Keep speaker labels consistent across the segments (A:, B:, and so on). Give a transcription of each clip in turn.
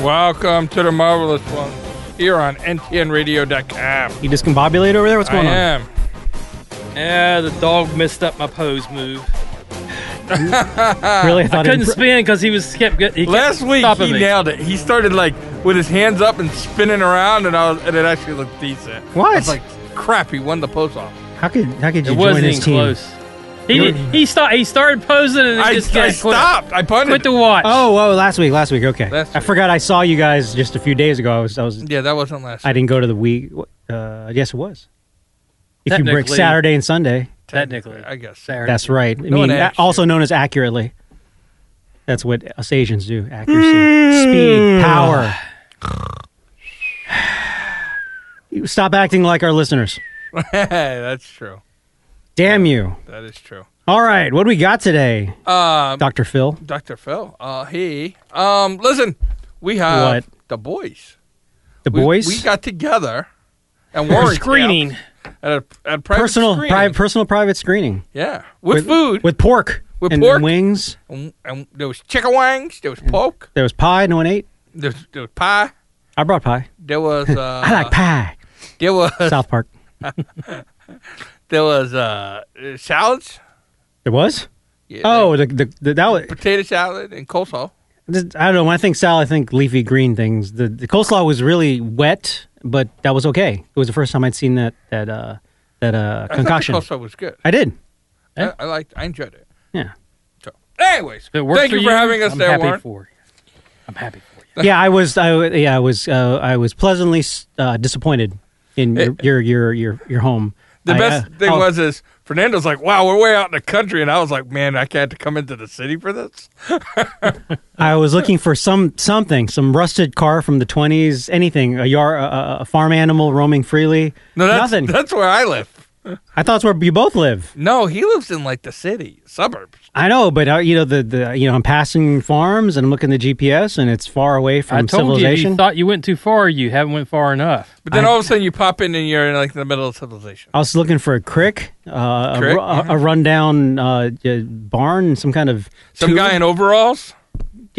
A: Welcome to the Marvelous One here on ntnradio.com.
B: You discombobulated over there? What's going
A: I
B: on?
A: am.
C: Yeah, the dog messed up my pose move.
B: really? I thought
C: Couldn't
B: it impro-
C: spin because he was kept get- he kept
A: Last week
C: stopping
A: he
C: me.
A: nailed it. He started like with his hands up and spinning around, and I was, and it actually looked decent.
B: What?
A: I was like, crap, he won the post off.
B: how could how could you
C: it
B: join
C: wasn't
B: his
C: even
B: team?
C: close. He
B: You're-
C: did, he start, he started posing and then
A: I,
C: just
A: I
C: got quit.
A: stopped. I punted.
C: Quit the watch.
B: Oh, oh, last week, last week. Okay,
A: Last
B: I
A: week.
B: forgot I saw you guys just a few days ago. I was, I was,
A: yeah, that wasn't last.
B: I didn't go to the week. Uh, yes, it was. If you break
C: Technically-
B: Saturday and Sunday,
C: technically.
A: I guess.
C: There.
B: that's right. I
A: No one
B: mean, a-
A: asked you.
B: also known as accurately. That's what us Asians do: accuracy, speed, power. You Stop acting like our listeners.
A: that's true.
B: Damn you!
A: That is true.
B: All right, what do we got today,
A: Um,
B: Doctor Phil?
A: Dr. Phil. Uh, hey. Um, listen, we have the boys.
B: The
A: We-
B: boys.
A: We, got together and
C: Or
A: Warren
C: screening.
A: at a, at a private
B: personal,
A: screening.
B: private, personal, private screening
A: yeah, with, food.
B: with pork,
A: With
B: and,
A: pork.
B: and wings.
A: and, and there was chicken wings. There was pork.
B: There was pie. No one ate.
A: There was, there was pie.
B: I brought pie.
A: There was. Uh,
B: I like pie.
A: There was.
B: South Park.
A: There was uh, uh, salads.
B: There was.
A: Yeah,
B: Oh, the, the, the that was.
A: like potato salad and coleslaw.
B: this- I don't know. When I think salad, I think leafy green things. The the coleslaw was really wet, but that was okay. It was the first time I'd seen that that uh that uh
A: I thought the
B: concoction.
A: coleslaw was good.
B: I did. Eh?
A: I, I liked. I enjoyed it.
B: Yeah.
A: So, anyways,
C: If it worked
A: thank you for having us
C: I'm
A: there,
C: happy
A: Warren.
C: For you. I'm happy for you.
B: Yeah, I was. I wa- yeah, I was. Uh, I was pleasantly uh, disappointed in your, your your your your home.
A: The
B: I,
A: best
B: uh,
A: thing
B: oh,
A: was is Fernando's like, "Wow, we're way out in the country," and I was like, "Man, I had to come into the city for this."
B: I was looking for some something, some rusted car from the twenties, anything, a yard, a- a, a farm animal roaming freely.
A: No, that's
B: nothing.
A: that's where I live.
B: I thought it's where you both live.
A: No, he lives in like the city suburbs.
B: I know, but uh, you know the, the you know I'm passing farms and I'm looking at the GPS and it's far away from
C: I told you, if
B: civilization.
C: you thought you went too far, you haven't went far enough.
A: But then all of a sudden you pop in and you're in like the middle of civilization.
B: I was looking for a crick, uh,
A: Crick?
B: A, ru- a- a rundown uh, uh, barn, some kind of
A: Some
B: tube
A: guy in overalls.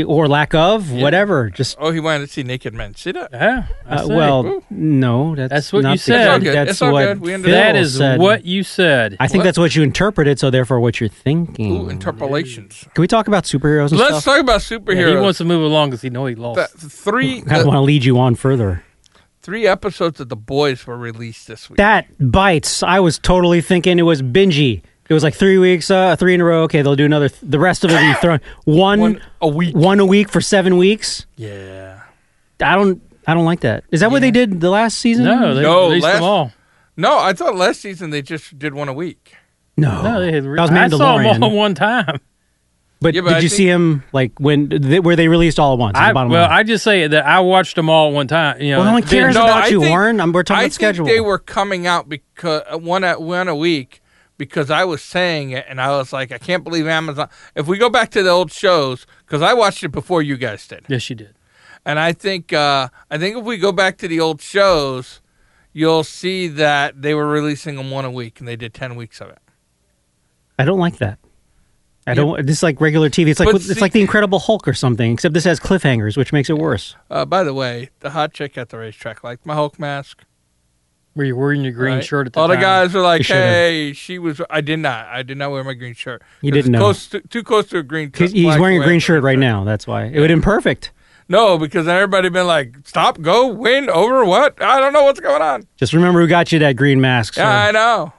B: or lack of whatever. Just
A: Oh, he wanted to see naked men. See that?
C: Yeah. I
B: uh,
C: say.
B: well,
A: Woo.
B: no, that's
C: That's what
B: not
C: you
B: the-
C: said. It's all
A: good.
B: That's
A: It's all
B: what
A: good. We understand.
C: that
B: Phil
C: is
B: said.
C: what you said.
B: I think
A: What?
B: that's what you interpreted, so therefore what you're thinking.
A: Ooh, interpolations.
B: Can we talk about superheroes and
A: Let's
B: stuff?
A: talk about
C: Yeah,
A: superheroes.
C: he wants to move along because he know he
A: The-
C: lost.
A: the three
B: I
A: the
B: don't want to lead you on further.
A: three episodes of The Boys were released this week.
B: That bites. I was totally thinking it was bingy. It was like three weeks, uh, three in a row. Okay, they'll do another. Th- the rest of it will be thrown one,
A: One a week.
B: one a week for seven weeks.
A: Yeah.
B: I don't, I don't like that. Is that what they did the last season?
C: No, they
A: No,
C: released
A: last-
C: them all.
A: No, I thought last season they just did one a week.
B: no,
C: No, they had re-
B: that was
C: I saw
B: Mandalorian.
C: them all one time.
B: but,
A: Yeah, but
B: did
A: I
B: you
A: think-
B: see him like when th- were they released all at once? is
C: I,
B: the bottom
C: well,
B: line.
C: I just say that I watched them all one time. You know,
B: Well, no one cares
A: No,
B: about
A: I
B: you,
A: think-
B: Warren. I'm, we're talking
A: I
B: about
A: think
B: schedule.
A: they were coming out because one at one a week because I was saying it and I was like, I can't believe Amazon. If we go back to the old shows, because I watched it before you guys did,
C: Yes, you did.
A: and I think uh, I think if we go back to the old shows, you'll see that they were releasing them one a week and they did ten weeks of it.
B: I don't like that. I don't. This is like regular TV. It's like
A: But
B: it's
A: see-
B: like the Incredible Hulk or something. Except this has cliffhangers, which makes it worse.
A: Uh, by the way, the hot chick at the racetrack liked my Hulk mask.
C: Were you wearing your green
A: right?
C: shirt at the
A: All
C: time?
A: the guys were like,
B: You should've.
A: "Hey, she was." I did not. I did not wear my green shirt.
B: You
A: 'Cause it's
B: didn't know.
A: Close to, too close to a green.
B: He's, he's
A: black
B: wearing a
A: wear.
B: green shirt right now. That's why it would have been perfect.
A: No, because then everybody been like, stop, go, win, over, what? I don't know what's going on.
B: Just remember who got you that green mask. sir.
A: Yeah, I know.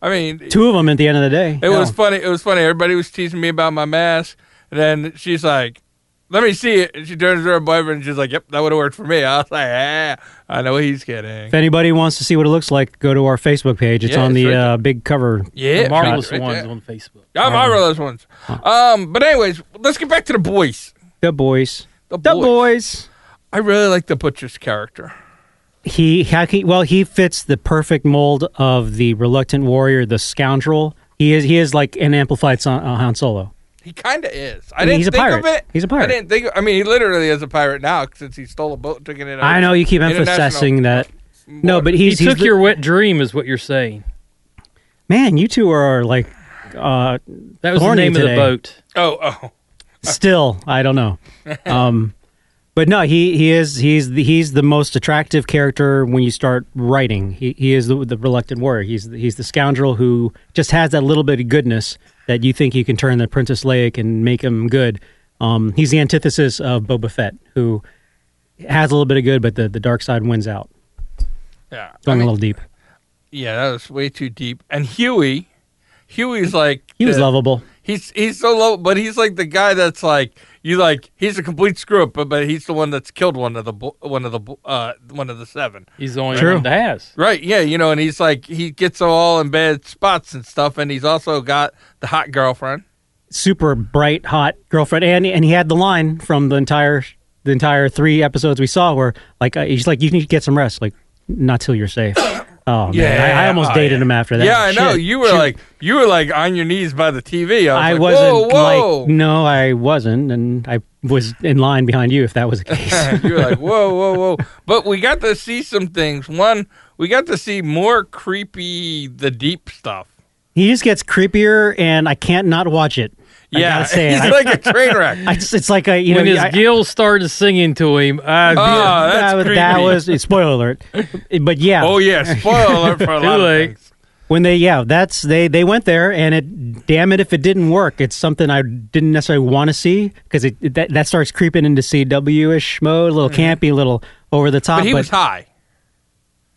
A: I mean, it
B: Two of them at the end of the day. No.
A: was funny. It was funny. Everybody was teasing me about my mask. And then she's like, let me see it. And she turns to her boyfriend and she's like, yep, that would have worked for me. I was like, ah, I know what he's getting.
B: If anybody wants to see what it looks like, go to our Facebook page. It's
A: Yeah,
B: on
A: it's
B: the
A: right
B: uh, big cover.
A: Yeah,
C: the marvelous
A: right
C: ones
A: there.
C: on Facebook.
A: Yeah, marvelous ones. Um, but anyways, let's get back to the boys.
B: The boys.
A: The
B: The
A: boys.
B: boys.
A: I really like the butcher's character.
B: He, how can- well, he fits the perfect mold of the reluctant warrior, the scoundrel. He is he is like an amplified son, uh, Han Solo.
A: He kind of is. I,
B: mean,
A: didn't
B: he's a
A: think
B: pirate.
A: of it.
B: He's a pirate.
A: I didn't think. I mean, he literally is a pirate now since he stole a boat, and took it in.
B: I know you keep
A: International.
B: emphasizing that. No, but he's
C: he
B: he's
C: took
B: the-
C: your wet dream, is what you're saying.
B: man. You two are like uh,
C: That was
B: Horny
C: the name
B: today.
C: of the boat.
A: Oh, oh.
B: still. I don't know. Um, But no, he he is he's the, he's the most attractive character when you start writing. He he is the, the reluctant warrior. He's the, he's the scoundrel who just has that little bit of goodness that you think you can turn the Princess Leia and make him good. Um, he's the antithesis of Boba Fett, who has a little bit of good, but the, the dark side wins out.
A: Yeah. I
B: Going
A: mean,
B: a little deep.
A: yeah, that was way too deep. And Huey, Huey's like
B: He was
A: the-
B: lovable.
A: He's he's so low, but he's like the guy that's like you like he's a complete screw up, but, but he's the one that's killed one of the bo- one of the bo- uh one of the seven.
C: He's the only
B: True.
C: one that has.
A: Right? Yeah, you know, and he's like he gets all in bad spots and stuff, and he's also got the hot girlfriend.
B: super bright, hot girlfriend, and and he had the line from the entire the entire three episodes we saw where like uh, he's like you need to get some rest, like not till you're safe. Oh man,
A: Yeah.
B: I, I almost
A: Oh, yeah.
B: dated him after that.
A: yeah, I know.
B: Shit.
A: You were
B: Shoot.
A: like you were like on your knees by the TV.
B: I
A: I was like,
B: wasn't
A: whoa, whoa.
B: like no, I wasn't, and I was in line behind you if that was the case.
A: you were like, whoa, whoa, whoa. But we got to see some things. One, we got to see more creepy, the deep stuff.
B: he just gets creepier, and I can't not watch it. I
A: yeah,
B: gotta say it.
A: he's
B: I-
A: like a train wreck.
B: I just- it's like a you
C: when
B: know
C: his
B: I- Uh,
C: gills started singing to him, I
A: Oh, that's
B: that, was, that
A: creepy.
B: was spoiler alert, but yeah,
A: Oh yeah, spoiler alert for a
C: Too
A: lot
C: late.
A: of things.
B: When they yeah, that's they they went there and it damn it if it didn't work, it's something I didn't necessarily want to see because it, it- that that starts creeping into CW ish mode, a little campy, a little over the top.
A: Mm-hmm. But he was high.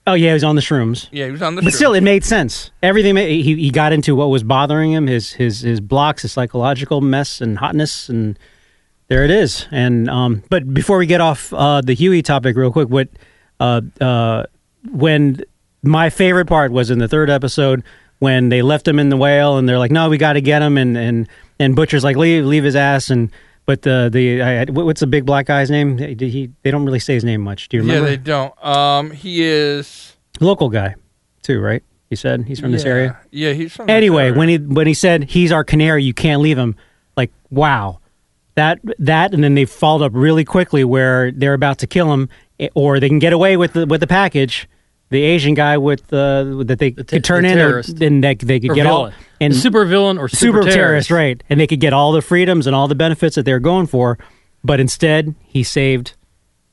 B: oh yeah, he was on the shrooms.
A: Yeah, he was on the.
B: But
A: show.
B: still, it made sense. Everything ma- he he got into what was bothering him, his his his blocks, his psychological mess and hotness, and there it is. And um, but before we get off uh, the Huey topic, real quick, what uh, uh, when my favorite part was in the third episode when they left him in the whale, and they're like, "No, we got to get him," and and and Butcher's like, "Leave, leave his ass," and. But the the I, I- what's the big black guy's name? They- He they don't really say his name much. Do you
A: yeah,
B: remember?
A: they don't. Um, he is
B: Local guy, too, right? He said he's from this
A: yeah.
B: area.
A: Yeah, he's from.
B: Anyway,
A: this area.
B: when he when he said he's our canary, you can't leave him. Like wow, that that, and then they followed up really quickly where they're about to kill him, eh, or they can get away with the with the package. The Asian guy with the that they
C: te-
B: could turn
C: the
B: in, or
C: terrorist.
B: then they, they could
C: Or
B: get all
C: villain.
B: and
C: super villain or super,
B: super terrorist, right? And they could get all the freedoms and all the benefits that they're going for, but instead he saved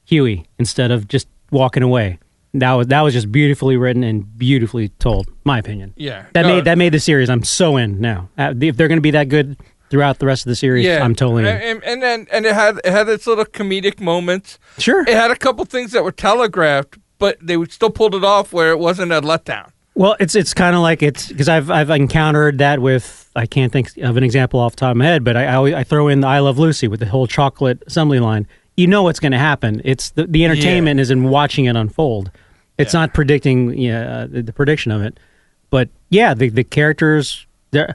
B: Huey instead of just walking away. That was that was just beautifully written and beautifully told, my opinion.
A: yeah,
B: That
A: no,
B: made that made the series. I'm so in now. Uh, if they're going to be that good throughout the rest of the series,
A: Yeah,
B: I'm totally in.
A: And, and then and it had it had its little comedic moments.
B: sure.
A: It had a couple things that were telegraphed, but they would still pulled it off where it wasn't a letdown.
B: Well, it's it's kind of like it's because I've I've encountered that with I can't think of an example off the top of my head, but I I, always, I throw in the I Love Lucy with the whole chocolate assembly line. You know what's going to happen. It's the, the entertainment is in watching it unfold. It's not predicting yeah, uh, the, the prediction of it, but yeah, the the characters there,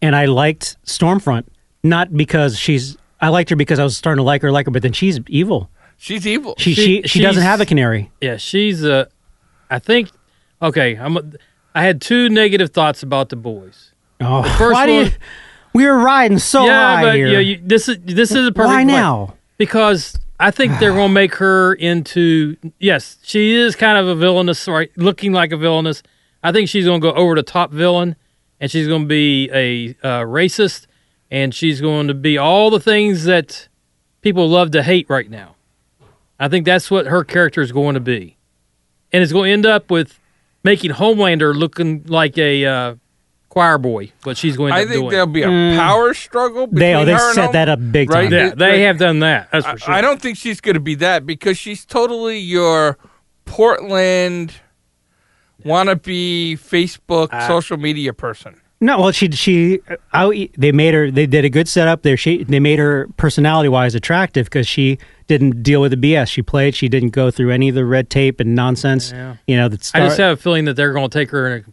B: and I liked Stormfront not because she's I liked her because I was starting to like her like her, but then she's evil.
A: She's evil.
B: She
C: She-
B: she, she, doesn't
C: she's-
B: have a canary.
C: Yeah, she's a. I think. Okay, I'm. A, I had two negative thoughts about the boys.
B: Oh,
C: first
B: why do you-
C: one-
B: we were riding so
C: yeah,
B: high
C: but
B: here.
C: yeah, you, this is this is a perfect.
B: why
C: point.
B: now?
C: Because I think they're going to make her into. Yes, she is kind of a villainous, right? Looking like a villainous. I think she's going to go over the top villain, and she's going to be a uh, racist, and she's going to be all the things that people love to hate right now. I think that's what her character is going to be, and it's going to end up with making Homelander looking like a uh, choir boy. What she's going to
A: I
C: end up
A: think
C: doing.
A: there'll be a
B: Mm.
A: power struggle between
B: They oh, they
A: her and
B: set
A: him.
B: that up big
A: Right
B: time.
A: there.
C: yeah, they have done that. That's
A: I,
C: for sure.
A: I don't think she's going to be that because she's totally your Portland wannabe Facebook
C: Uh,
A: social media person.
B: No, well, she she I, they made her they did a good setup there. She they made her personality wise attractive because she didn't deal with the BS. She played. She didn't go through any of the red tape and nonsense.
C: Yeah.
B: You know, that
C: I
B: star-
C: just have a feeling that they're going to take her in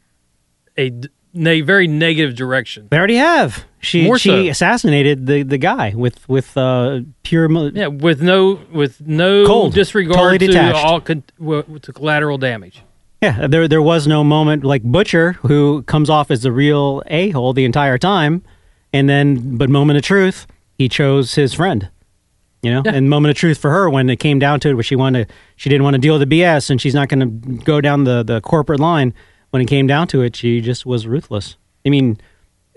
C: a, a d- ne- very negative direction.
B: they already have. She
C: More
B: she
C: so.
B: assassinated the the guy with with uh, pure. mo-
C: Yeah, with no with no
B: Cold.
C: disregard
B: Totally
C: to
B: detached.
C: all con- w- to collateral damage.
B: Yeah, there there was no moment like Butcher, who comes off as the real a hole the entire time, and then but moment of truth, he chose his friend. You know,
C: Yeah.
B: and moment of truth for her when it came down to it, where she wanted to, she didn't want to deal with the BS, and she's not going to go down the the corporate line. When it came down to it, she just was ruthless. I mean,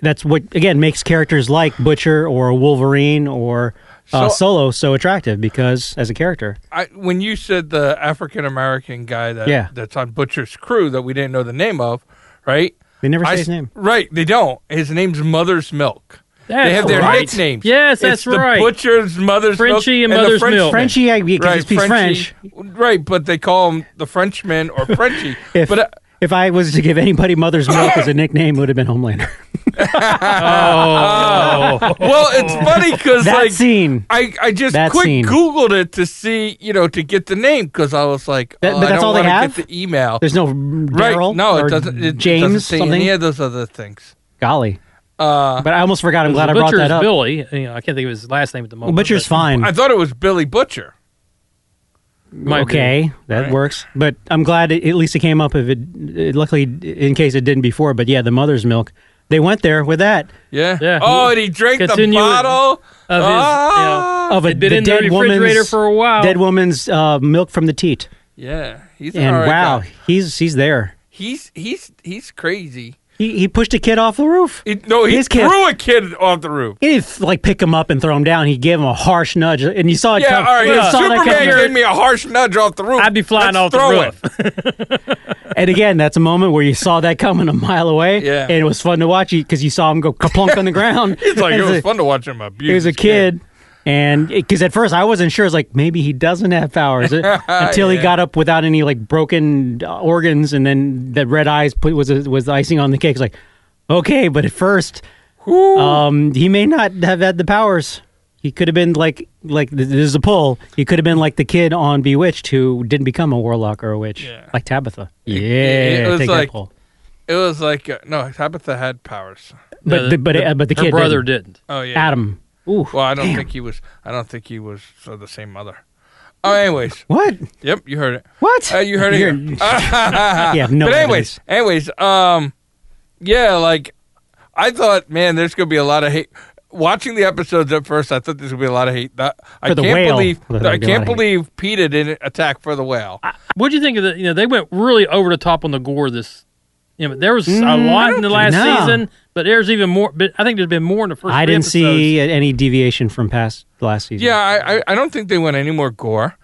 B: that's what again makes characters like Butcher or Wolverine or uh,
A: So-
B: Solo so attractive because as a character,
A: I, when you said the African American guy that
B: Yeah.
A: that's on Butcher's crew that we didn't know the name of, right?
B: they never say
A: I-
B: his name.
A: Right, they don't. His name's Mother's Milk. they
C: That's
A: have their
C: right.
A: nicknames.
C: Yes,
A: It's
C: that's
A: the
C: right.
A: Butcher's Mother's
C: Frenchie
A: Milk
C: and Mother's
A: the French-
C: Milk.
B: Frenchie, I, because he speaks French.
A: Frenchie. Right, but they call him the Frenchman or Frenchie.
B: If,
A: but uh,
B: if I was to give anybody Mother's Milk as a nickname, it would have been Homelander.
C: Oh,
A: well, it's funny because
B: that
A: like
B: scene.
A: I, I just
B: That
A: quick
B: scene.
A: Googled it to see you know to get the name because I was like,
B: That-
A: oh,
B: but
A: I
B: that's
A: don't
B: all they
A: wanna
B: have?
A: Get the email.
B: There's no Daryl.
A: right? No,
B: or
A: it doesn't. It, it
B: James
A: doesn't say
B: something.
A: any of those other things.
B: Golly,
A: Uh,
B: but I almost forgot. I'm glad I brought
C: Butcher's
B: that up.
C: Billy. You know, I can't think of his last name at the moment.
B: Butcher's
C: but
B: fine.
A: I thought it was Billy Butcher.
C: might be.
B: okay, that
A: Right.
B: works. But I'm glad it, at least it came up. If it, it, luckily, in case it didn't before. But yeah, the mother's milk. They went there with that
A: Yeah.
C: Yeah.
A: Oh, and he drank
C: Continue
A: the bottle.
C: Of his,
A: Ah!
B: of a
C: It'd been
B: the
C: in the
B: dead
C: refrigerator
B: woman's-
C: for a while.
B: Dead woman's uh, milk from the teat.
A: Yeah. He's an
B: And
A: alright
B: wow,
A: guy.
B: he's he's there.
A: He's he's he's crazy.
B: He he pushed a kid off the roof.
A: He- no, he
B: His kid-
A: threw a kid off the roof.
B: He didn't like pick him up and throw him down. He gave him a harsh nudge, and you saw it.
A: Yeah,
B: come,
A: all right.
B: you
A: if
B: saw that
A: Superman
B: coming.
A: gave me a harsh nudge off the roof.
C: I'd be flying
A: let's
C: off the
A: throw
C: roof.
A: It.
B: And again, that's a moment where you saw that coming a mile away.
A: Yeah.
B: and it was fun to watch because you saw him go kaplunk on the ground.
A: It's like it
B: As
A: was
B: a-
A: fun to watch him abuse.
B: he was a
A: his kid.
B: kid, and because at first I wasn't sure, I was like, maybe he doesn't have powers It- until
A: Yeah.
B: he got up without any like broken uh, organs, and then that red eyes put, was was the icing on the cake. It's like, okay, but at first,
A: Whew.
B: um, he may not have had the powers. He could have been like like th- there's a pull. He could have been like the kid on Bewitched who didn't become a warlock or a witch,
A: Yeah.
B: like Tabitha. Yeah,
A: it was
B: take
A: like-
B: that pull.
A: It was like uh, no, Tabitha had powers.
B: But
C: No,
B: the, but uh, but the
C: her
B: kid
C: brother
B: didn't.
C: didn't.
A: Oh yeah.
B: Adam. Ooh,
A: Well, I don't think he was. I don't think he was uh, the same mother. Oh, anyways.
B: what?
A: Yep, you heard it.
B: What?
A: Uh, you heard it.
B: You're-
A: Here. yeah,
B: Yeah, no
A: But anyways,
B: evidence.
A: anyways, um, yeah, like I thought, man, there's gonna be a lot of hate. Watching the episodes at first, I thought there's gonna be a lot of hate. That I
B: For the
A: can't
B: whale,
A: believe.
B: I thought
A: I
B: there'd be a
A: can't
B: lot of hate.
A: believe Peter didn't attack for the whale.
C: What'd you think of the? You know, they went really over the top on the gore. This, you know, there was a lot in the last
B: Mm, no.
C: season, but there's even more. But I think there's been more in the first.
B: I
C: three
B: didn't
C: episodes.
B: see a- any deviation from past last season.
A: Yeah, I, I, I don't think they went any more gore.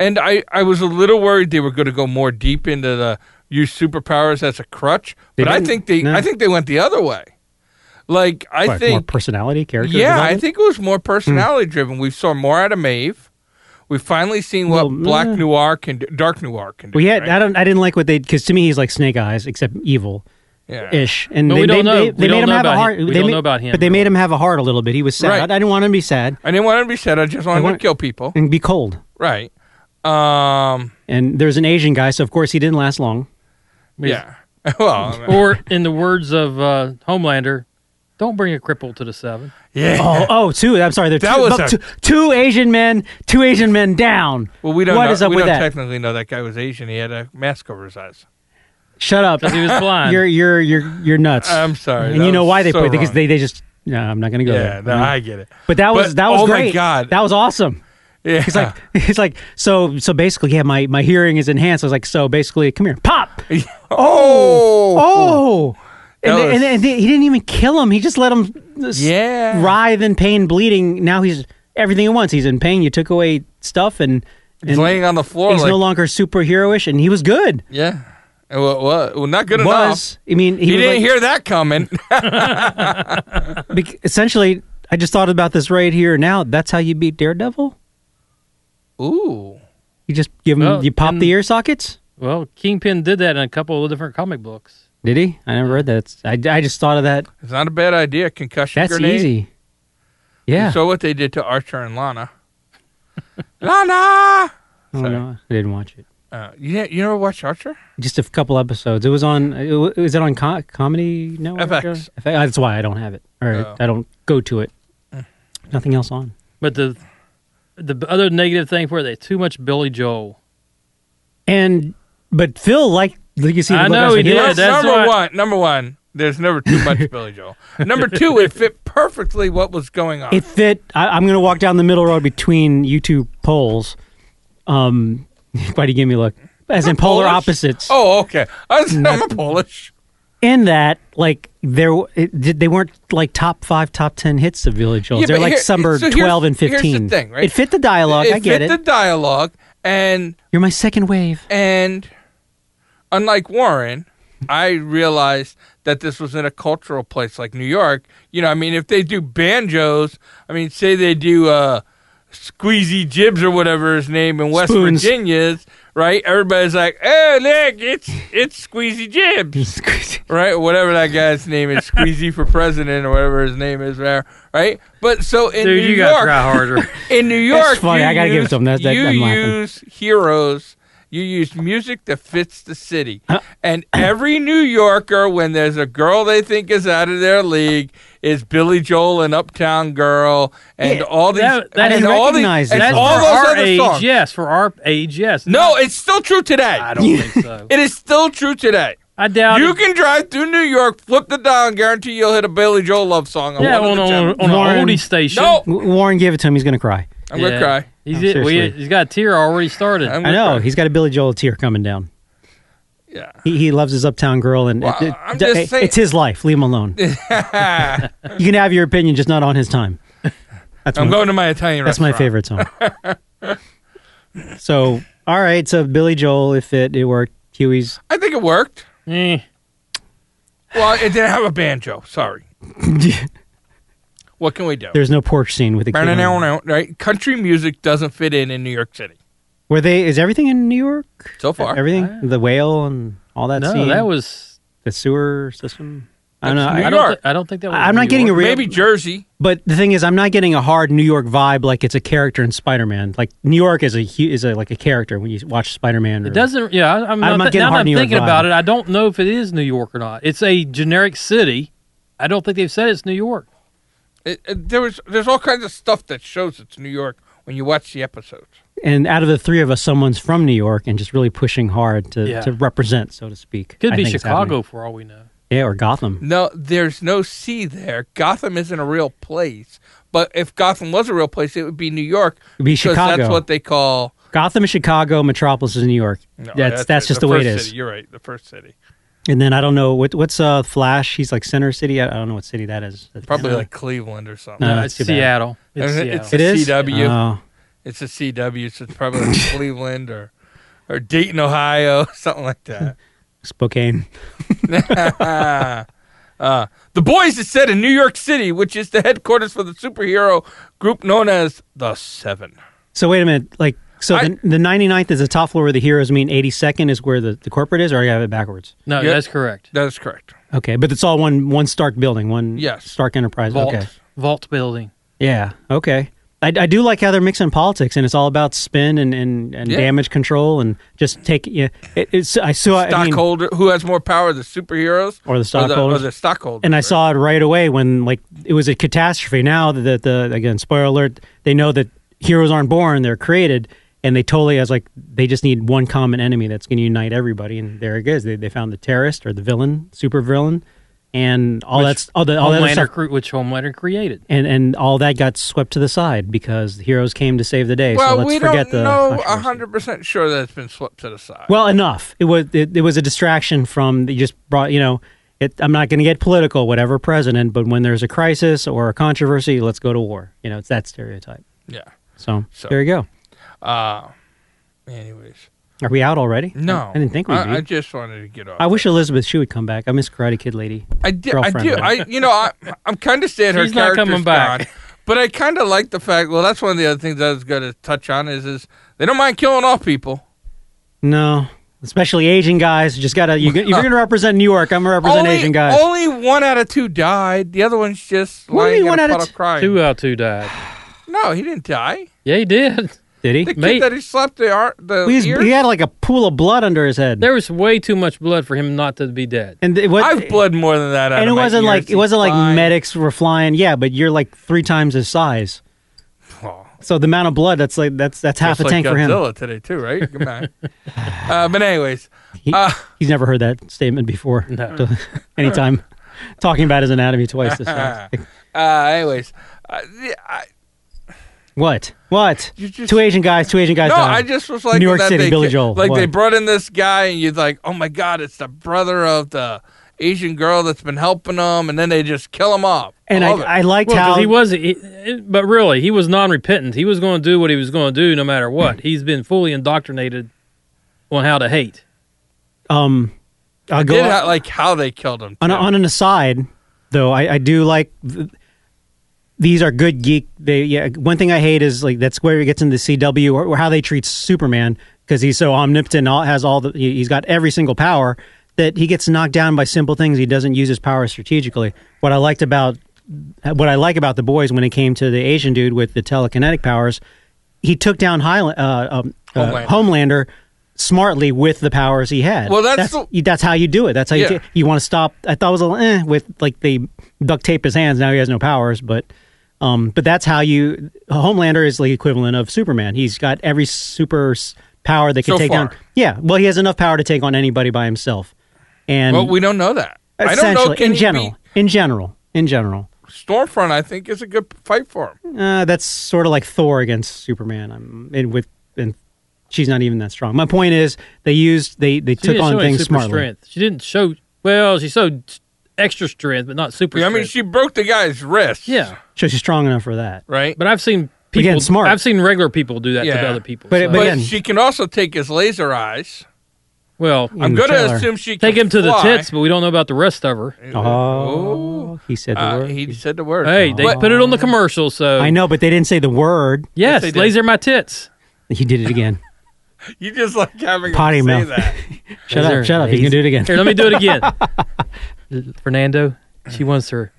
A: And I, I was a little worried they were going to go more deep into the use superpowers as a crutch,
B: They
A: but I
B: didn't?
A: think they
B: No.
A: I think they went the other way. Like I
B: What, more
A: think
B: personality character.
A: yeah, I
B: development?
A: think it was more personality driven. We saw more out of Maeve. We've finally seen what
B: Well,
A: Black
B: uh,
A: Noir can do, Dark Noir can do.
B: Well, yeah,
A: right?
B: I don't. I didn't like what they because to me he's like Snake Eyes except evil
A: yeah.
B: ish. And
C: But
B: they,
C: we don't
B: they,
C: know.
B: They, they
C: We don't
B: made him
C: know
B: have a
C: about
B: heart.
C: him. We
B: they
C: don't
B: made-
C: know about him,
B: But they
C: though.
B: made him have a heart a little bit. He was sad.
A: Right.
B: I didn't want him to be sad
A: I didn't want him to be sad. I just wanted
B: I
A: him to
B: want-
A: kill people.
B: and be cold.
A: Right. Um.
B: And there's an Asian guy, so of course he didn't last long.
A: Yeah. well.
B: Oh.
A: I mean-
C: Or in the words of uh, Homelander, "Don't bring a cripple to the seven.
A: Yeah.
B: Oh, oh, two. I'm sorry. There are
A: That
B: two,
A: was
B: but
A: a-
B: two, two Asian men. Two Asian men down.
A: Well, we don't.
B: What
A: know,
B: is up
A: we
B: with
A: don't
B: that?
A: technically know that guy was Asian. He had a mask over his eyes.
B: Shut up.
C: Because he was blind.
B: You're you're you're you're nuts.
A: I'm sorry.
B: and
A: that
B: you know
A: was
B: why they
A: so
B: played because
A: wrong.
B: they they Mm-hmm. just. No, I'm not gonna go
A: Yeah,
B: there.
A: no, I get it.
B: But that was
A: But-
B: that was
A: oh my
B: great.
A: God.
B: that was awesome.
A: Yeah.
B: He's like he's like so so basically yeah my my hearing is enhanced. I was like so basically come here pop
A: oh,
B: oh and,
A: That
B: then- and,
A: was-
B: then he didn't even kill him. He just let him uh, s-
A: Yeah.
B: writhe in pain bleeding. Now he's everything at once. He's in pain. You took away stuff and,
A: He's
B: and
A: laying on the floor.
B: he's
A: like,
B: no longer superheroish and he was good.
A: yeah. Well, well, well, not good enough.
B: was I mean he,
A: He,
B: was
A: didn't
B: like-
A: hear that coming.
B: bec- essentially I just thought about this right here now. That's how you beat Daredevil.
A: Oow.
B: You just give him
C: Well,
B: you pop
C: and-
B: the ear sockets.
C: Well, Kingpin did that in a couple of different comic books.
B: Did he? I never read that. I, I just thought of that.
A: It's not a bad idea. Concussion
B: That's
A: grenade.
B: easy.
A: You
B: Yeah.
A: saw what they did to Archer and Lana. Lana.
B: Oh,
A: Sorry.
B: no, I didn't watch it.
A: Uh, you ne- you never watch Archer?
B: Just a couple episodes. It was on. It wa- is it on co- comedy? No.
A: FX.
B: That's why I don't have it, or
A: Oh. Mm.
B: I don't go to it. Nothing else on.
C: But the the other negative thing for it, they too much Billy Joel.
B: And but Phil liked. You see, the
C: I
B: look
C: know
B: on
C: he
B: his face,
C: did.
A: Num-
B: liked-
C: that's
A: number
C: why-
A: one. Number one. There's never too much Billy Joel. Number two, it fit perfectly what was going on.
B: It fit. I, I'm going to walk down the middle road between you two poles. Um, why do you give me a look? As in polar
A: Polish?
B: opposites.
A: Oh, okay. I was, I'm a Polish.
B: in that, like there, w- it, did- they weren't like top five, top ten hits of Village Hills.
A: Yeah,
B: They're
A: but
B: like
A: here-
B: somewhere
A: so here's-
B: twelve and
A: here's the
B: fifteen.
A: thing, right?
B: It fit the dialogue. I get
A: fit
B: it.
A: the dialogue, and
B: You're my second wave.
A: and unlike Warren, I realized that this was in a cultural place like New York. You know, I mean, if they do banjos, I mean, say they do uh, Squeezy Jibs or whatever his name in West
B: Spoons.
A: Virginia's, right? Everybody's like, "Oh, look, it's it's Squeezy Jibs." right? Whatever that guy's name is, Squeezy for president or whatever his name is there, right? But so in
C: Dude,
A: New
C: you got to
A: York,
C: try harder.
A: in New York,
B: That's funny.
A: you
B: I gotta give it
A: use-
B: to him. That- that-
A: you
B: I'm laughing.
A: use heroes. You use music that fits the city,
B: Huh.
A: and every New Yorker, when there's a girl they think is out of their league, is Billy Joel and Uptown Girl, and
B: Yeah,
A: all these,
C: that- that
A: and
B: is
A: all these,
B: recognized
A: and
B: as
C: That's
B: well.
A: all
C: for
A: those
C: our
A: other
C: age,
A: songs.
C: yes. For our age, yes.
A: No, it's still true today.
C: I don't think so.
A: It is still true today.
C: I doubt
A: You
C: it.
A: can drive through New York, flip the dial, and guarantee you'll hit a Billy Joel love song on
C: Yeah,
A: one
C: on,
A: of the
C: on,
A: channels.
C: on
B: Warren.
C: an oldie station.
A: No,
B: W- Warren, give it to him. He's gonna cry.
A: I'm
C: Yeah.
A: gonna cry.
C: He's,
B: No,
C: it- we-
B: seriously.
C: he's got a tear already started.
A: I'm
B: I
A: gonna
B: know
A: cry.
B: he's got a Billy Joel tear coming down.
A: Yeah.
B: He, he loves his uptown girl, and
A: Well,
B: it- it-
A: I'm just
B: it-
A: saying-
B: it's his life. Leave him alone. you can have your opinion, just not on his time. That's
A: I'm
B: my,
A: going to my Italian
B: that's my
A: restaurant.
B: favorite song. so, all right, so Billy Joel, if it it worked, Huey's
A: I think it worked.
C: Eh.
A: Well, it didn't have a banjo. Sorry. what can we do?
B: there's no porch scene with the kid. on it.
A: Right? Country music doesn't fit in in New York City
B: Were they? Is everything in New York?
A: so far.
B: Everything, the whale and all that.
C: No,
B: scene?
C: that was.
B: the sewer system. I don't know.
A: That's
B: I-
A: New
C: I
A: York.
C: don't, thi- I don't think that was.
B: I'm not
C: New
B: getting
C: York.
B: a real.
A: Maybe Jersey.
B: But the thing is, I'm not getting a hard New York vibe like it's a character in Spider-Man. Like New York is a hu- is a like a character when you watch Spider-Man. or-
C: It doesn't. Yeah, I- I'm,
B: I'm
C: not,
B: not getting
C: now that
B: hard
C: I'm
B: New York
C: thinking
B: vibe.
C: about it. I don't know if it is New York or not. It's a generic city. I don't think they've said it's New York.
A: It, it- there was there's all kinds of stuff that shows it's New York when you watch the episodes.
B: And out of the three of us, someone's from New York and just really pushing hard to,
C: Yeah.
B: to represent, so to speak.
C: Could
B: I
C: be
B: think it's
C: Chicago
B: happening.
C: for all we know.
B: yeah, or Gotham.
A: No, there's no sea there. Gotham isn't a real place. But if Gotham was a real place, it would be New York.
B: It'd be
A: because
B: Chicago.
A: That's what they call.
B: Gotham is Chicago. Metropolis is New York.
A: No,
B: that's that's, just the, way it
A: first
B: is.
A: City. You're right. The first city,
B: And then I don't know what what's uh Flash. He's like Center City. I, I don't know what city that is. That's-
A: probably
B: uh,
A: like Cleveland or something.
B: No,
C: No,
B: that's
C: it's
B: too bad.
C: Uh, Seattle. It's
A: Uh,
C: Seattle.
A: it's-
B: it is
A: CW.
B: Oh.
A: It's a CW, so it's probably like Cleveland or or Dayton, Ohio, something like that.
B: Spokane.
A: uh, the boys is set in New York City, which is the headquarters for the superhero group known as the Seven.
B: So wait a minute. Like so,
A: I-
B: the, the 99th is the top floor where the heroes meet. 82nd is where the, the corporate is. Or do I have it backwards.
C: no,
A: Yep.
C: that's correct.
A: That is correct.
B: Okay, but it's all one one Stark building, one
A: Yes.
B: Stark Enterprise.
C: Vault,
B: Okay,
C: vault building.
B: yeah, okay. I, I do like how they're mixing politics, and it's all about spin and and, and
A: Yeah.
B: damage control, and just take yeah. It, it's I saw I mean,
A: Stockholder, who has more power, the superheroes
B: Or the
A: or
B: stockholders.
A: the stockholders?
B: and I
A: right?
B: saw it right away when like it was a catastrophe. Now that the, the again spoiler alert, they know that heroes aren't born; they're created, and they totally as like they just need one common enemy that's going to unite everybody. And there it is. They they found the terrorist or the villain, super villain, and all
C: Which
B: that's all the all that other
C: Homelander,
B: stuff
C: cre- which Homelander created.
B: and and all that got swept to the side because the heroes came to save the day.
A: Well,
B: so let's
A: we
B: forget
A: don't
B: the
A: know
B: controversy.
A: hundred percent sure that it's been swept to the side.
B: Well, enough. It was it, it was a distraction from you just brought you know. It, I'm not going to get political, whatever president, but when there's a crisis or a controversy, let's go to war. You know, it's that stereotype.
A: yeah.
B: So,
A: So-
B: there you go.
A: Uh, anyways,
B: Are we out already?
A: no,
B: I didn't think we'd
A: I, I
B: be.
A: just wanted to get off.
B: I wish Elizabeth Shue would come back. I miss Karate Kid Lady.
A: I did. I
B: girlfriend
A: do.
B: then.
A: I you know I I'm kind of sad her
C: She's not
A: character's
C: coming back.
A: gone, but I kind of like the fact. Well, that's one of the other things I was going to touch on is is they don't mind killing off people.
B: No, especially Asian guys. Just gotta. You, if you're going to represent New York, I'm going to represent
A: Only,
B: Asian guys.
A: only one out of two died. The other one's just
B: What do
A: lying
B: you mean one
A: in
B: out
A: a
B: of
A: puddle
B: two? uh,
A: crying.
C: Two out of two died.
A: No, he didn't die.
C: Yeah, he did.
B: Did he?
A: The kid
C: Mate.
A: that he slapped the ar- the
B: He was-
A: ear.
B: he had like a pool of blood under his head.
C: There was way too much blood for him not to be dead.
B: and it was,
A: I've bled more than that. Out
B: and it
A: of my
B: wasn't
A: ears.
B: like it
A: He's
B: wasn't like
A: fine.
B: medics were flying. Yeah, but you're like three times his size.
A: Oh,
B: So the amount of blood that's like that's that's half
A: just
B: a
A: like
B: tank for
A: Godzilla
B: him.
A: today too, right? Come on. uh, but anyways,
B: He,
A: Uh.
B: he's never heard that statement before.
C: No.
B: Anytime talking about his anatomy twice this size.
A: uh, anyways, uh, yeah, I,
B: What? What?
A: you just
B: Two Asian guys. Two Asian guys.
A: No,
B: died.
A: I just was like
B: New York
A: that
B: City,
A: they,
B: Billy
A: ca-
B: Joel.
A: Like
B: What?
A: they brought in this guy, and you're like, oh my god, it's the brother of the Asian girl that's been helping them, and then they just kill him off.
B: And I,
A: Love it.
B: I liked
C: Well, 'cause
B: how
C: he was, he, but really, he was non-repentant. He was going to do what he was going to do, no matter what. He's been fully indoctrinated on how to hate.
B: um, I'll go
A: Did ha- like how they killed him.
B: on,
A: too.
B: on an aside though I, I do like th- these are good geek they yeah one thing i hate is like that's where it gets into cw or, or how they treat superman because he's so omnipotent and all, has all the he- he's got every single power that he gets knocked down by simple things he doesn't use his power strategically what i liked about what i like about the boys when it came to the asian dude with the telekinetic powers he took down Highland, uh, um, uh,
A: Homelander.
B: homelander. smartly with the powers he had
A: Well, that's the-
B: you- that's how you do it. That's how you
A: Yeah.
B: ca- you want to stop. I thought it was a little eh, with like they duct tape his hands. Now he has no powers, but um, but that's how you Homelander is the equivalent of Superman. He's got every super s- power that can
A: So
B: take down.
A: far.
B: Yeah, well, he has enough power to take on anybody by himself. And
A: Well, we don't know that. I don't know.
B: essentially,
A: Can
B: in
A: he
B: general, in general, in general,
A: beat Stormfront? I think is a good fight for him.
B: uh, that's sort of like Thor against Superman. I'm and with and she's not even that strong. My point is they used they they
C: She
B: took
C: didn't
B: on
C: show any
B: things
C: super
B: smartly.
C: strength. She didn't show. Well, she showed extra strength, but not super.
A: I mean,
C: strength.
A: she broke the guy's wrist.
C: yeah.
B: So she's strong enough for that.
A: Right.
C: But I've seen people.
B: Again, smart.
C: I've seen regular people do that
A: Yeah.
C: to other people.
B: But-
C: so-
A: But
B: again-
A: she can also take his laser eyes.
C: well,
B: In
A: I'm
B: the
A: going to
B: trailer.
A: assume she can
C: take him to the
A: fly.
C: tits, but we don't know about the rest of her.
B: Oh, he said the
A: Uh,
B: word.
A: he said the word.
C: Hey, they
A: But-
C: put it on the commercial, so
B: I know, but they didn't say the word.
A: Yes,
C: Yes,
A: they did.
C: laser my tits.
B: He did it again.
A: you just like having him
B: Potty
A: say
B: mouth.
A: that.
B: shut
C: Laser-
B: up, shut up. He can do it again.
C: Here, let me do it again. L- Fernando, she wants her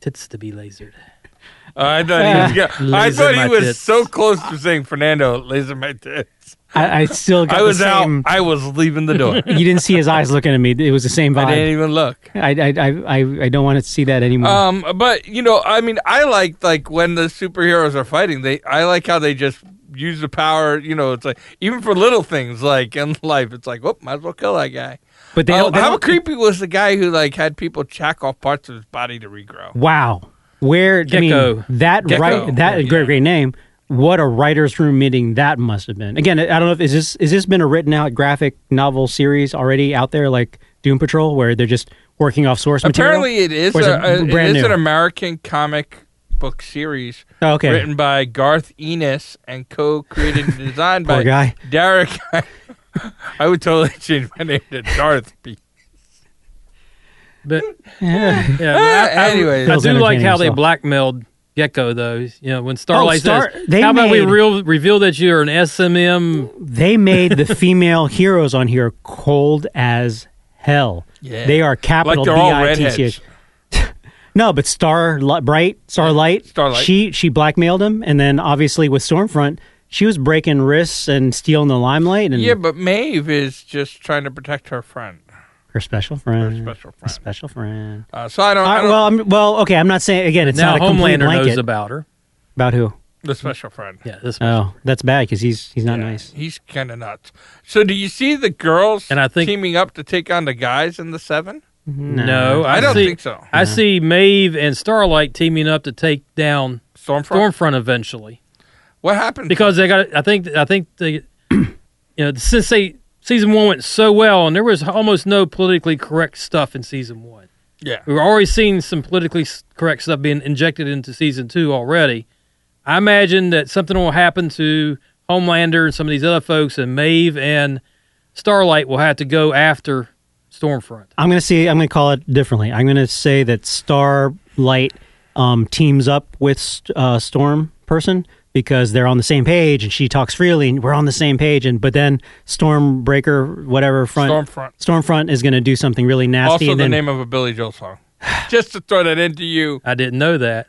C: tits to be lasered.
A: Oh, I thought he was. Gonna, I
C: Laser
A: thought he
C: my
A: was
C: tits.
A: so close to saying Fernando laser my tits.
B: I, I still got
A: I was
B: the
A: out.
B: same.
A: I was leaving the door.
B: You didn't see his eyes looking at me. It was the same
A: I didn't
B: vibe.
A: even look.
B: I I, I, I, I don't want to see that anymore.
A: Um, but you know, I mean, I like like when the superheroes are fighting. They, I like how they just use the power. You know, it's like even for little things like in life, it's like, whoop, might as well kill that guy.
B: but they
A: Uh,
B: don't. They
A: how
B: don't
A: creepy was the guy who like had people check off parts of his body to regrow?
B: wow. Where I
C: Gecko.
B: mean, that
A: Gecko.
B: right that
A: Yeah.
B: great great name. What a writers' room meeting that must have been. Again, I don't know if is this is this been a written out graphic novel series already out there like Doom Patrol, where they're just working off source
A: Apparently, it
B: material.
A: is,
B: Or is
A: a,
B: it
A: a-
B: brand
A: it is
B: new?
A: an American comic book series
B: Oh, okay,
A: written by Garth Ennis and co-created and designed
B: poor
A: by
B: guy.
A: Derek. I would totally change my name to Darth. B.
C: But
B: Yeah.
C: yeah, but I, I-
A: Anyways.
C: I
B: Bill's
C: do like
B: entertaining
C: how they
B: himself.
C: blackmailed Gecko though. You know, when Starlight
B: Star-
C: says,
B: they
C: "How about we
B: made-
C: real, reveal that you're an SMM?"
B: they made the female heroes on here cold as hell.
A: Yeah.
B: They are capital
A: Like they're
B: B
A: all
B: I T C
A: redheads.
B: H. No, but Star Bright, Starlight,
A: Starlight.
B: She she blackmailed him, and then obviously with Stormfront, she was breaking wrists and stealing the limelight and
A: Yeah, but Maeve is just trying to protect her friend,
B: her special friend,
A: her special
B: A
A: friend.
B: special friend.
A: Uh, so I don't,
B: All
A: I
B: right,
A: don't
B: Mm. well, I'm, well, okay. I'm not saying again. It's not
C: now
B: a complete
C: Homelander
B: blanket
C: knows about her.
B: about who.
A: the special friend.
C: Yeah, this
B: Oh, that's bad because he's he's not
A: Yeah,
B: nice.
A: He's kind of nuts. So do you see the girls
C: And I think-
A: teaming up to take on the guys in the seven?
C: no,
A: I, don't
C: see,
A: think so.
C: I see Maeve and Starlight teaming up to take down
A: Stormfront.
C: Stormfront eventually.
A: What happened?
C: because they got. I think. I think they. You know, since they season one went so well, and there was almost no politically correct stuff in season one.
A: yeah,
C: We were already seeing some politically s- correct stuff being injected into season two already. I imagine that something will happen to Homelander and some of these other folks, and Maeve and Starlight will have to go after Stormfront.
B: I'm gonna see. I'm gonna call it differently. I'm gonna say that Starlight um, teams up with st- uh, Storm Person because they're on the same page, and she talks freely, and we're on the same page. And but then Stormbreaker, whatever front
A: Stormfront.
B: Stormfront is gonna do something really nasty,
A: Also, the
B: and then
A: name of a Billy Joel song. just to throw that into you.
C: I didn't know that.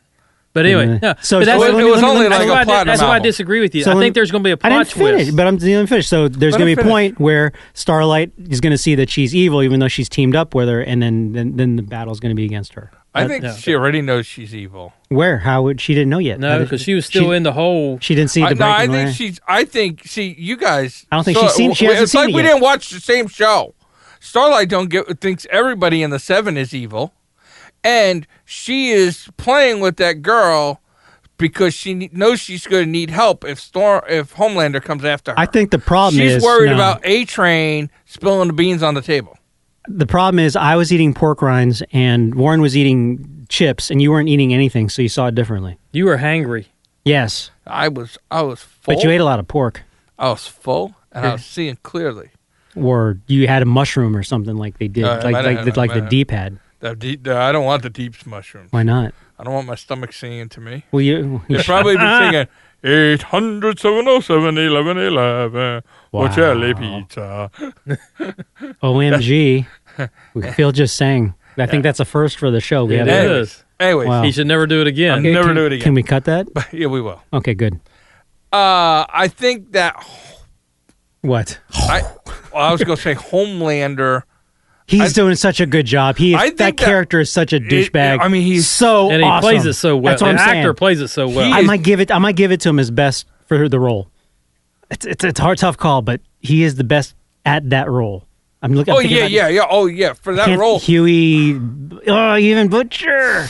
C: But anyway,
B: Yeah.
C: no,
B: Mm-hmm. So- so
C: but that's,
B: let me- It was let me- only
C: that's
A: like a
C: why I,
A: plot
C: did- that's why I
A: novel.
C: disagree with you.
B: So
C: I
B: let
C: think
B: me-
C: there's going to be a
B: I
C: plot
B: didn't
C: twist.
B: finish, but I'm let me finish. So there's
A: Let
B: going
A: him
B: to be
A: finish.
B: a point where Starlight is going to see that she's evil, even though she's teamed up with her, and then then, then the battle's going to be against her.
A: I
B: But
A: think
C: no.
A: she already knows she's evil.
B: where? How would she didn't know yet? How
C: No,
B: did
C: because she was still
B: she,
C: in the hole.
B: She didn't see the
A: I, no, I
B: breaking
A: think
B: away.
A: she's. I think. See, you guys.
B: I don't think she's seen- she
A: w-
B: hasn't
A: It's
B: seen
A: like
B: it
A: we
B: yet.
A: didn't watch the same show. Starlight don't get thinks everybody in the seven is evil, and she is playing with that girl because she ne- knows she's going to need help if Storm if Homelander comes after her.
B: I think the problem
A: she's
B: is
A: worried
B: no.
A: about A Train spilling the beans on the table.
B: the problem is I was eating pork rinds and Warren was eating chips and you weren't eating anything, so you saw it differently.
C: You were hangry.
B: Yes,
A: I was I was full.
B: but you ate a lot of pork,
A: I was full, and I was seeing clearly.
B: or you had a mushroom or something like they did,
A: Uh, I
B: like
A: might have
B: like,
A: had
B: the,
A: a-
B: like
A: might
B: the
A: have.
B: deep had.
A: The deep, the, I don't want the deep mushroom.
B: Why not?
A: I don't want my stomach singing to me.
B: Well, you,
A: It'd probably be singing 800 707 1111. What's
B: Wow.
A: your pizza?
B: OMG, we Phil just sang. I think that's a first for the show. We
C: It
A: that.
B: to-
C: is.
A: Anyways,
B: Wow.
C: He should never do it again.
A: Okay. Never
B: can,
A: do it again.
B: Can we cut that?
A: yeah, we will.
B: Okay, good.
A: Uh, I think that
B: What?
A: I, well, I was going to say Homelander.
B: He's doing such a good job. He
A: I
B: that,
A: think that-
B: character is such a douchebag.
A: I mean, he's-
B: so
C: And he
B: awesome.
C: plays it so well.
B: That's what I'm
C: the
B: saying.
C: actor plays it so well.
A: He-
B: I might give it. I might give it to him as best for the role. It's it's, it's a hard, tough call, but he is the best at that role. I'm looking.
A: Oh,
B: I'm thinking
A: yeah,
B: about-
A: yeah, yeah. Oh, yeah. For that
B: Kent,
A: role, Oh,
B: Huey, oh, even Butcher,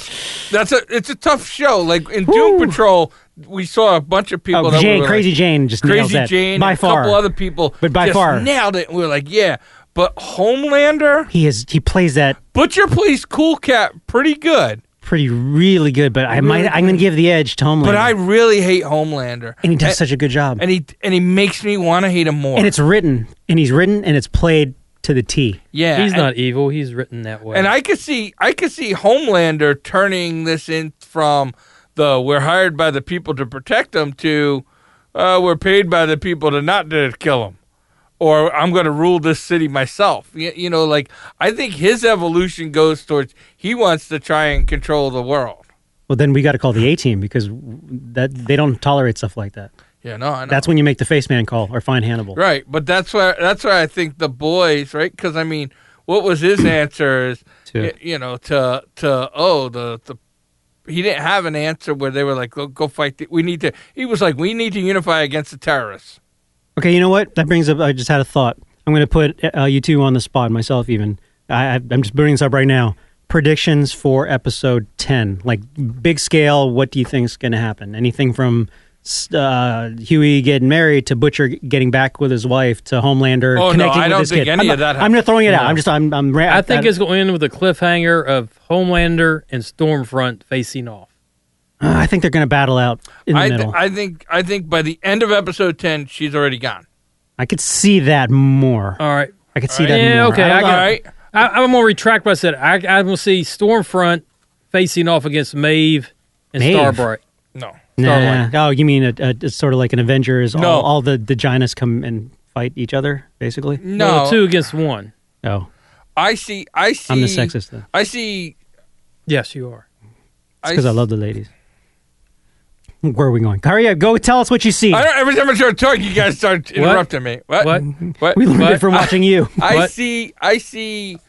A: that's a it's a tough show. Like in Doom
B: Woo.
A: Patrol, we saw a bunch of people
B: oh,
A: that
B: Jane,
A: were
B: Crazy
A: like,
B: Jane, just nails
A: Crazy
B: that.
A: Jane,
B: by
A: and
B: far.
A: a couple other people,
B: But by
A: just
B: far.
A: nailed it. And we were like, yeah. But Homelander,
B: he is he plays that
A: Butcher Police, Cool Cat, pretty good.
B: pretty really good. But I might I'm going to give the edge to Homelander.
A: But I really hate Homelander,
B: and he does
A: and,
B: such a good job.
A: and he and he makes me want to hate him more.
B: and it's written and he's written and it's played to the T.
A: yeah,
C: He's
A: and-
C: not evil. He's written that way.
A: And I could see I could see Homelander turning this in from the we're hired by the people to protect them to uh, we're paid by the people to not to kill them. Or I'm going to rule this city myself. You, you know, like I think his evolution goes towards he wants to try and control the world.
B: Well, then we got to call the A team because that they don't tolerate stuff like that.
A: Yeah, no, I know.
B: That's when you make the face man call or find Hannibal.
A: Right, but that's why that's why I think the boys, right? Because I mean, what was his answer? Is
B: To-
A: y- you know to to oh the the he didn't have an answer where they were like go go fight. The, we need to. He was like we need to unify against the terrorists.
B: Okay, you know what? That brings up. I just had a thought. I'm going to put uh, you two on the spot myself. Even I, I- I'm just bringing this up right now. Predictions for episode ten, like big scale. What do you think is going to happen? Anything from s- uh, Huey getting married to Butcher g- getting back with his wife to Homelander
A: Oh, no,
B: connecting
A: I
B: with
A: don't
B: his
A: think
B: kid.
A: any
B: I'm
A: of that
B: not, I'm not throwing it out. I'm just. I'm. I'm ra-
C: I think
B: I-
C: it's going to end with a cliffhanger of Homelander and Stormfront facing off.
B: Uh, I think they're going to battle out in the
A: I th-
B: middle. I,
A: I think I think by the end of episode ten, she's already gone.
B: could see that more.
C: All right.
B: I could see that
C: Yeah,
B: more.
C: okay,
B: I
C: I
B: don't
A: All
C: got-
B: know.
A: right,
C: I, I'm going to retract what I said. I, I'm going to see Stormfront facing off against Maeve and
B: Maeve?
C: Starbright.
A: no,
B: Nah.
A: Starlight.
B: Oh, you mean a, a, it's sort of like an Avengers?
A: No.
B: All, all the, the Ginas come and fight each other, basically?
A: no.
C: two against one.
B: Oh,
A: I see. I see.
B: I'm the sexist, though.
A: I see.
C: Yes, you are.
B: It's because I, love the ladies. Where are we going? Hurry up. Go tell us what you see.
A: I don't, every time I start talking, you guys start interrupting me. What?
C: What?
A: What?
B: We learned it
C: What?
B: from watching you.
A: I
C: What?
A: see. I see.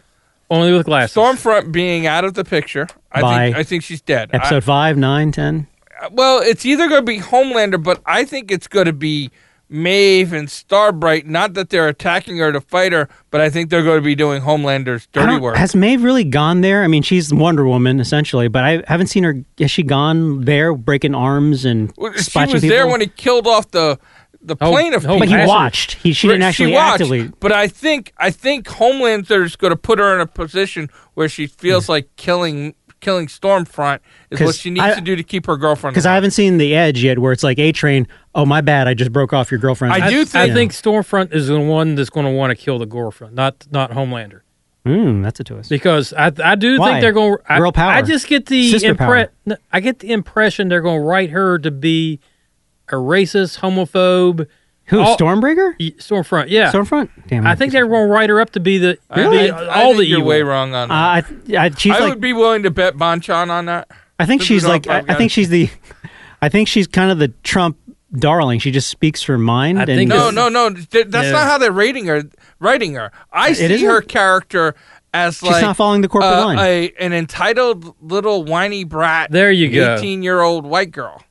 C: Only with glasses.
A: Stormfront being out of the picture. I think
B: By
A: I think she's dead. I-
B: Episode five, nine, ten.
A: well, it's either going to be Homelander, but I think it's going to be Maeve and Starbright. Not that they're attacking her to fight her, but I think they're going to be doing Homelander's
B: I
A: dirty
B: don't-
A: work.
B: Has Maeve really gone there? I mean, she's Wonder Woman, essentially, but I haven't seen her. Has she gone there, breaking arms and
A: Well, she
B: spotching
A: was
B: people?
A: there when he killed off the the
C: Oh,
A: plaintiff.
C: oh,
B: but
A: people.
B: he
C: Actually-
B: watched. He, she didn't actually
A: watched,
B: actively.
A: But I think I think Homelander is going to put her in a position where she feels like killing killing Stormfront is
B: 'Cause
A: what she needs
B: I-
A: to do to keep her girlfriend.
B: Because I
A: alive.
B: haven't seen the edge yet, where it's like A Train. Oh my bad, I just broke off your girlfriend.
A: I do
C: I
A: think-
C: think Stormfront is the one that's going to want to kill the girlfriend, not not Homelander,
B: Mm, that's a twist.
C: because I I do
B: Why?
C: think they're going to
B: Girl power.
C: I just get the
B: Sister power.
C: impre- no, I get the impression they're going to write her to be a racist, homophobe.
B: Who?
C: all-
B: Stormbreaker?
C: y- Stormfront, yeah.
B: Stormfront? Damn. it.
C: I think they're going to write her up to be the
A: I
C: be
A: think-
C: all
A: I think
C: the
A: you're
C: evil.
A: way wrong on that.
B: Uh, I, th- I, she's
A: I
B: like.
A: would be willing to bet Bonchan on that.
B: I think
A: this
B: she's
A: is our
B: like. I, I
A: podcast.
B: think she's the. I think she's kind of the Trump darling. She just speaks her mind.
C: I
B: and
C: think
A: No,
C: Because-
A: no, no. th- That's
C: Yeah.
A: not how they're rating her. Writing her. I see
B: isn't?
A: her character as
B: She's
A: like
B: not following the corporate
A: uh,
B: line.
A: a- an entitled little whiny brat.
C: There you go.
A: Eighteen-year-old white girl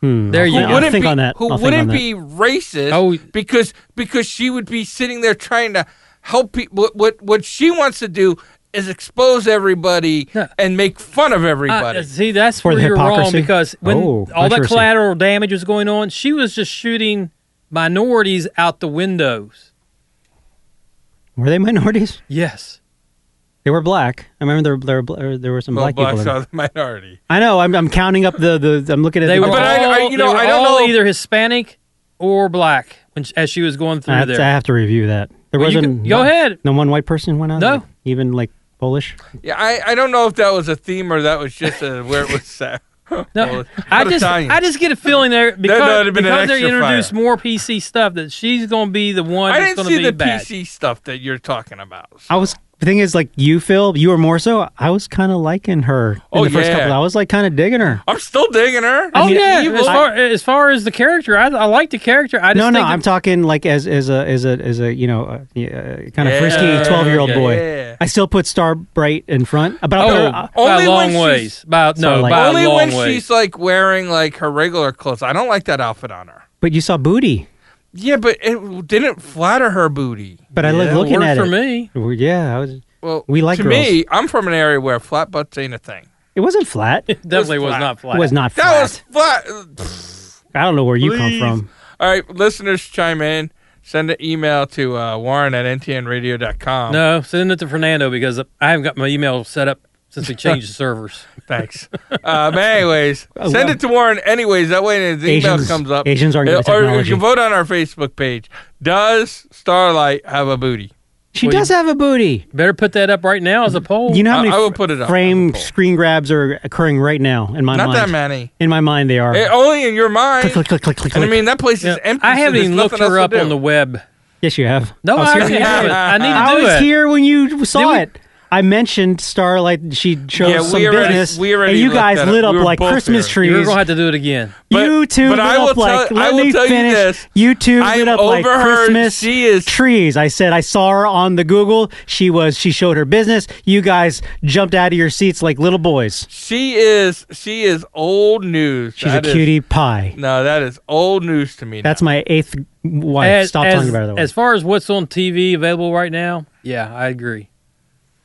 B: Hmm,
C: There
B: I'll
C: you
B: think-
C: go.
B: I'll
A: wouldn't
B: think
A: be
B: on that.
A: who
B: I'll think
A: wouldn't
B: on that.
A: be racist
C: Oh.
A: because because she would be sitting there trying to help people. What what, what she wants to do is expose everybody
C: Yeah.
A: and make fun of everybody.
C: Uh, see, that's
B: For
C: where
B: the
C: you're wrong
B: hypocrisy?
C: because when
B: Oh,
C: all that
B: controversy.
C: collateral damage was going on, she was just shooting minorities out the windows.
B: Were they minorities?
C: Yes.
B: They were black. I remember there there were, bl- or there were some
A: Well,
B: black people.
A: blacks
B: there.
A: are the minority.
B: I know. I'm, I'm counting up the, the I'm looking at.
C: They
B: the,
C: were all,
A: But I- I- you know,
C: they were
A: I don't
C: all
A: know-
C: either Hispanic or black when sh as she was going through
B: I, have to, I
C: there.
B: have to review that. There
C: Well, you
B: wasn't.
C: can- go ahead.
B: No one white person went out.
C: No.
B: like, even like Polish.
A: Yeah, I, I don't know if that was a theme or that was just uh where it was set.
C: No,
A: Well,
C: I
A: but
C: just
A: Italian.
C: I just get a feeling there
A: that'd
C: because,
A: have been an
C: because they
A: extra
C: introduced
A: fire.
C: more PC stuff that she's going to be the one
A: I
C: that's
A: didn't
C: going to
A: see
C: be
A: the
C: bad.
A: PC stuff that you're talking about.
B: I was. The thing is, like you, Phil, you were more so. I was kind of liking her in
A: Oh,
B: the first
A: yeah.
B: couple. I was like kind of digging her.
A: I'm still digging her.
C: Oh
B: mean,
C: yeah,
B: evil.
C: as far, as far as the character, I, I like the character. I just
B: No, no,
C: think
B: I'm
C: that-
B: talking like as as a as a as a you know uh, kind of
A: Yeah,
B: frisky twelve year old
C: yeah,
B: boy.
A: yeah.
B: I still put Star Bright in front, but I'll put her-
C: oh,
B: I- uh,
A: only when
C: by long
A: she's-
C: ways. By,
B: Sorry,
C: no,
B: like-
C: by
A: Only
C: long
A: when
C: ways.
A: she's like wearing like her regular clothes. I don't like that outfit on her.
B: but you saw booty.
A: Yeah, but it didn't flatter her booty.
B: But I
C: Yeah,
B: like
C: it
B: looking
C: worked
B: at
C: for
B: it.
C: me.
B: Well, Yeah, I was.
A: Well,
B: We like
A: to
B: girls.
A: me. I'm from an area where flat butts ain't a thing.
B: It wasn't flat. It
C: Definitely was,
A: flat.
C: not flat.
B: was not flat.
A: That was flat.
B: I don't know where you come
A: Please.
B: from.
A: All right, listeners, chime in. Send an email to uh, Warren at ntnradio.com.
C: No, send it to Fernando because I haven't got my email set up since we changed the servers.
A: Thanks. um, anyways,
B: Oh,
A: send
B: well.
A: it to Warren. Anyways, that way his email
B: Asians-
A: comes up.
B: Asians aren't good at
A: Uh, Or you
B: technology.
A: can vote on our Facebook page. Does Starlight have a booty?
B: She
C: Well, you-
B: does have a booty.
C: Better put that up right now as a poll.
B: You know how
A: I-
B: many
A: I will
B: fr-
A: put it up as a
B: frame
A: poll.
B: screen grabs are occurring right now in my
A: Not
B: mind.
A: that many.
B: In my mind, they are.
A: Eh, only in your mind.
B: click, click, click, click, click.
A: And I mean, that place
C: Yeah,
A: is empty.
C: I
A: so
C: haven't
A: there's
C: even looked
A: nothing
C: her
A: else
C: up
A: to
C: on
A: do.
C: the web.
B: yes, you have.
C: No,
B: I was
C: I
B: here-
C: actually haven't. I need to
B: Oh, I
C: do
B: was
C: it.
B: here when you saw
C: Did we-
B: it. I mentioned Starlight. She chose
A: Yeah, we
B: some
A: already-
B: business,
A: we already
B: and you
A: looked
B: guys
A: at it.
B: lit up
A: We were
B: like
A: both
B: Christmas
A: there.
C: You're
B: trees.
C: gonna have to do it again.
A: But-
B: you two
A: but
B: lit
A: I will
B: up like.
A: tell- I
B: let
A: will
B: me
A: tell you
B: finish.
A: this.
B: You two
A: I
B: lit up like
A: overheard
B: Christmas
A: she is-
B: trees. I said I saw her on the Google. She was. She showed her business. You guys jumped out of your seats like little boys.
A: She is. She is old news.
B: She's
A: That
B: a
A: is-
B: cutie pie.
A: no, that is old news to me.
B: That's
A: now.
B: my eighth wife.
C: As,
B: Stop
C: as,
B: talking about her. That way.
C: as far as what's on TV available right now, yeah, I agree.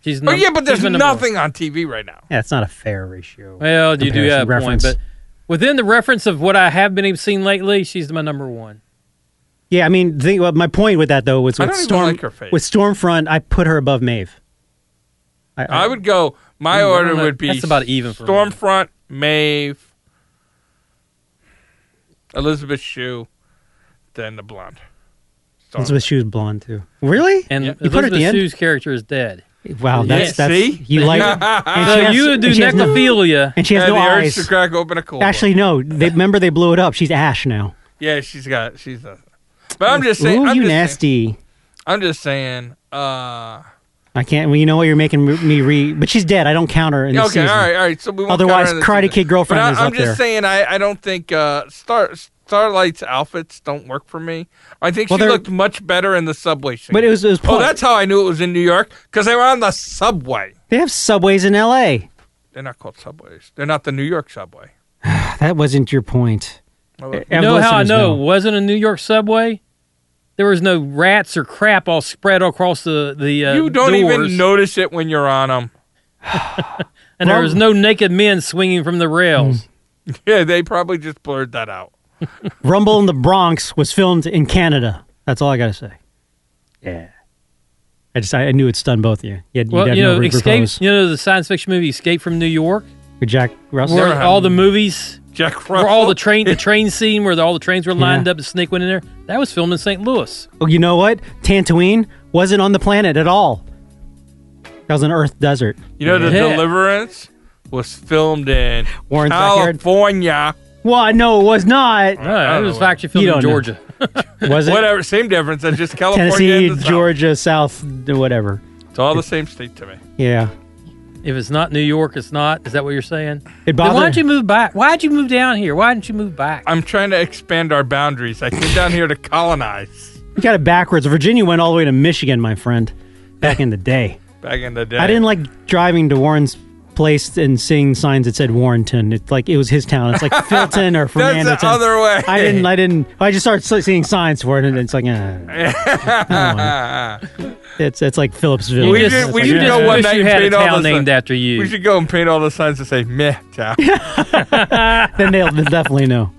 C: She's
A: Oh
C: num-
A: yeah, but
C: she's
A: there's
C: been number one.
A: nothing on TV right now.
B: yeah, it's not a fair ratio.
C: Well, you
B: Comparison,
C: do have a point,
B: reference.
C: but within the reference of what I have been seeing lately, she's my number one.
B: Yeah, I mean, the, well, my point with that though was
A: I
B: with
A: don't even
B: Storm
A: like her face.
B: with Stormfront, I put her above Maeve. I,
A: I would go. My
C: Mm, I
A: order
C: don't know.
A: would be
C: That's about even for me.
A: Stormfront, Maeve, Elizabeth Shue, then the blonde. Stormfront.
B: Elizabeth Shue's blonde too. Really?
C: And
A: Yeah.
B: You put her at
C: Elizabeth
B: the end?
C: Shue's character is dead.
B: Wow, that's
A: Yeah,
B: that's
A: see?
B: you like. and
C: So
B: she has-
C: you would do
B: and she has no-
C: necrophilia.
B: and she has
A: And
B: no
A: the urge to
B: eyes.
A: crack open a cold. one.
B: Actually, no. They, remember, they blew it up. She's Ash now.
A: yeah, she's got. She's a. But I'm just saying.
B: Ooh,
A: I'm
B: you
A: just saying-
B: nasty.
A: I'm just saying. Uh,
B: I can't. Well, you know what? You're making me re. But she's dead. I don't count her in
A: yeah,
B: this
A: okay,
B: season.
A: all right, all right. So we won't
B: Otherwise,
A: count her in the
B: Karate
A: season.
B: Kid girlfriend
A: But I,
B: is
A: I'm
B: up
A: just
B: there.
A: saying. I, I don't think uh, Star Starlight's outfits don't work for me. I think
B: Well,
A: she
B: they're-
A: looked much better in the subway. Scene.
B: But it was it was.
A: Oh,
B: pol-
A: that's how I knew it was in New York because they were on the subway.
B: they have subways in L.A.
A: They're not called subways. They're not the New York subway.
B: That wasn't your point.
A: Well,
C: You
B: Our
C: know how I
B: listeners
C: know it wasn't a New York subway? There was no rats or crap all spread across the the uh,
B: eh,
A: you don't
C: doors,
A: even notice it when you're on them.
C: and there was no naked men swinging from the rails.
A: Yeah, they probably just blurred that out.
B: Rumble in the Bronx was filmed in Canada. That's all I gotta say. Yeah. I just I knew it stunned both of you. You had,
C: Well,
B: you'd have
C: you know,
B: no
C: escape.
B: repose
C: You know the science fiction movie Escape from New York,
B: with Jack Russell.
C: where
A: Never
C: all
A: happened.
C: the movies,
A: Jack Russell.
C: where all the train, the train scene where the, all the trains were lined
B: Yeah.
C: up and Snake went in there. That was filmed in St. Louis.
B: Oh, you know what? Tantooine wasn't on the planet at all. That was an Earth desert.
A: you know, the
C: Yeah.
A: Deliverance was filmed in
B: Warren's backyard.
A: California.
B: Well, I know it was not.
A: I
C: No, it
A: don't
C: was
A: know.
C: actually
B: You
C: filmed
B: don't
C: in
B: know.
C: Georgia.
B: Was it
A: Whatever, same difference. That's just California.
B: Tennessee,
A: and the South.
B: Georgia, South, whatever?
A: It's all the same state to me.
B: Yeah.
C: If it's not New York, it's not. Is that what you're saying?
B: It
C: Then
B: bothered.
C: why'd you move back? Why'd you move down here? Why didn't you move back?
A: I'm trying to expand our boundaries. I came down here to colonize
B: You got it backwards. Virginia went all the way to Michigan, my friend. Back in the day.
A: back in the day.
B: I didn't like driving to Warren's place and seeing signs that said Warrenton. It's like it was his town. It's like Filton or
A: That's
B: Fernandton.
A: the other way.
B: I didn't. I didn't. I just started sli- seeing signs for it, and it's like, eh, I don't want it. it's it's like Phillipsville.
A: We
B: It's
A: should-
B: like,
A: we
B: eh.
A: should
C: you
A: go
C: just
A: one
C: wish
A: night
C: you
A: and
C: had a
A: paint all
C: town
A: this-
C: named after you.
A: We should go and paint all the signs that say meh town.
B: Then they'll, they'll definitely know.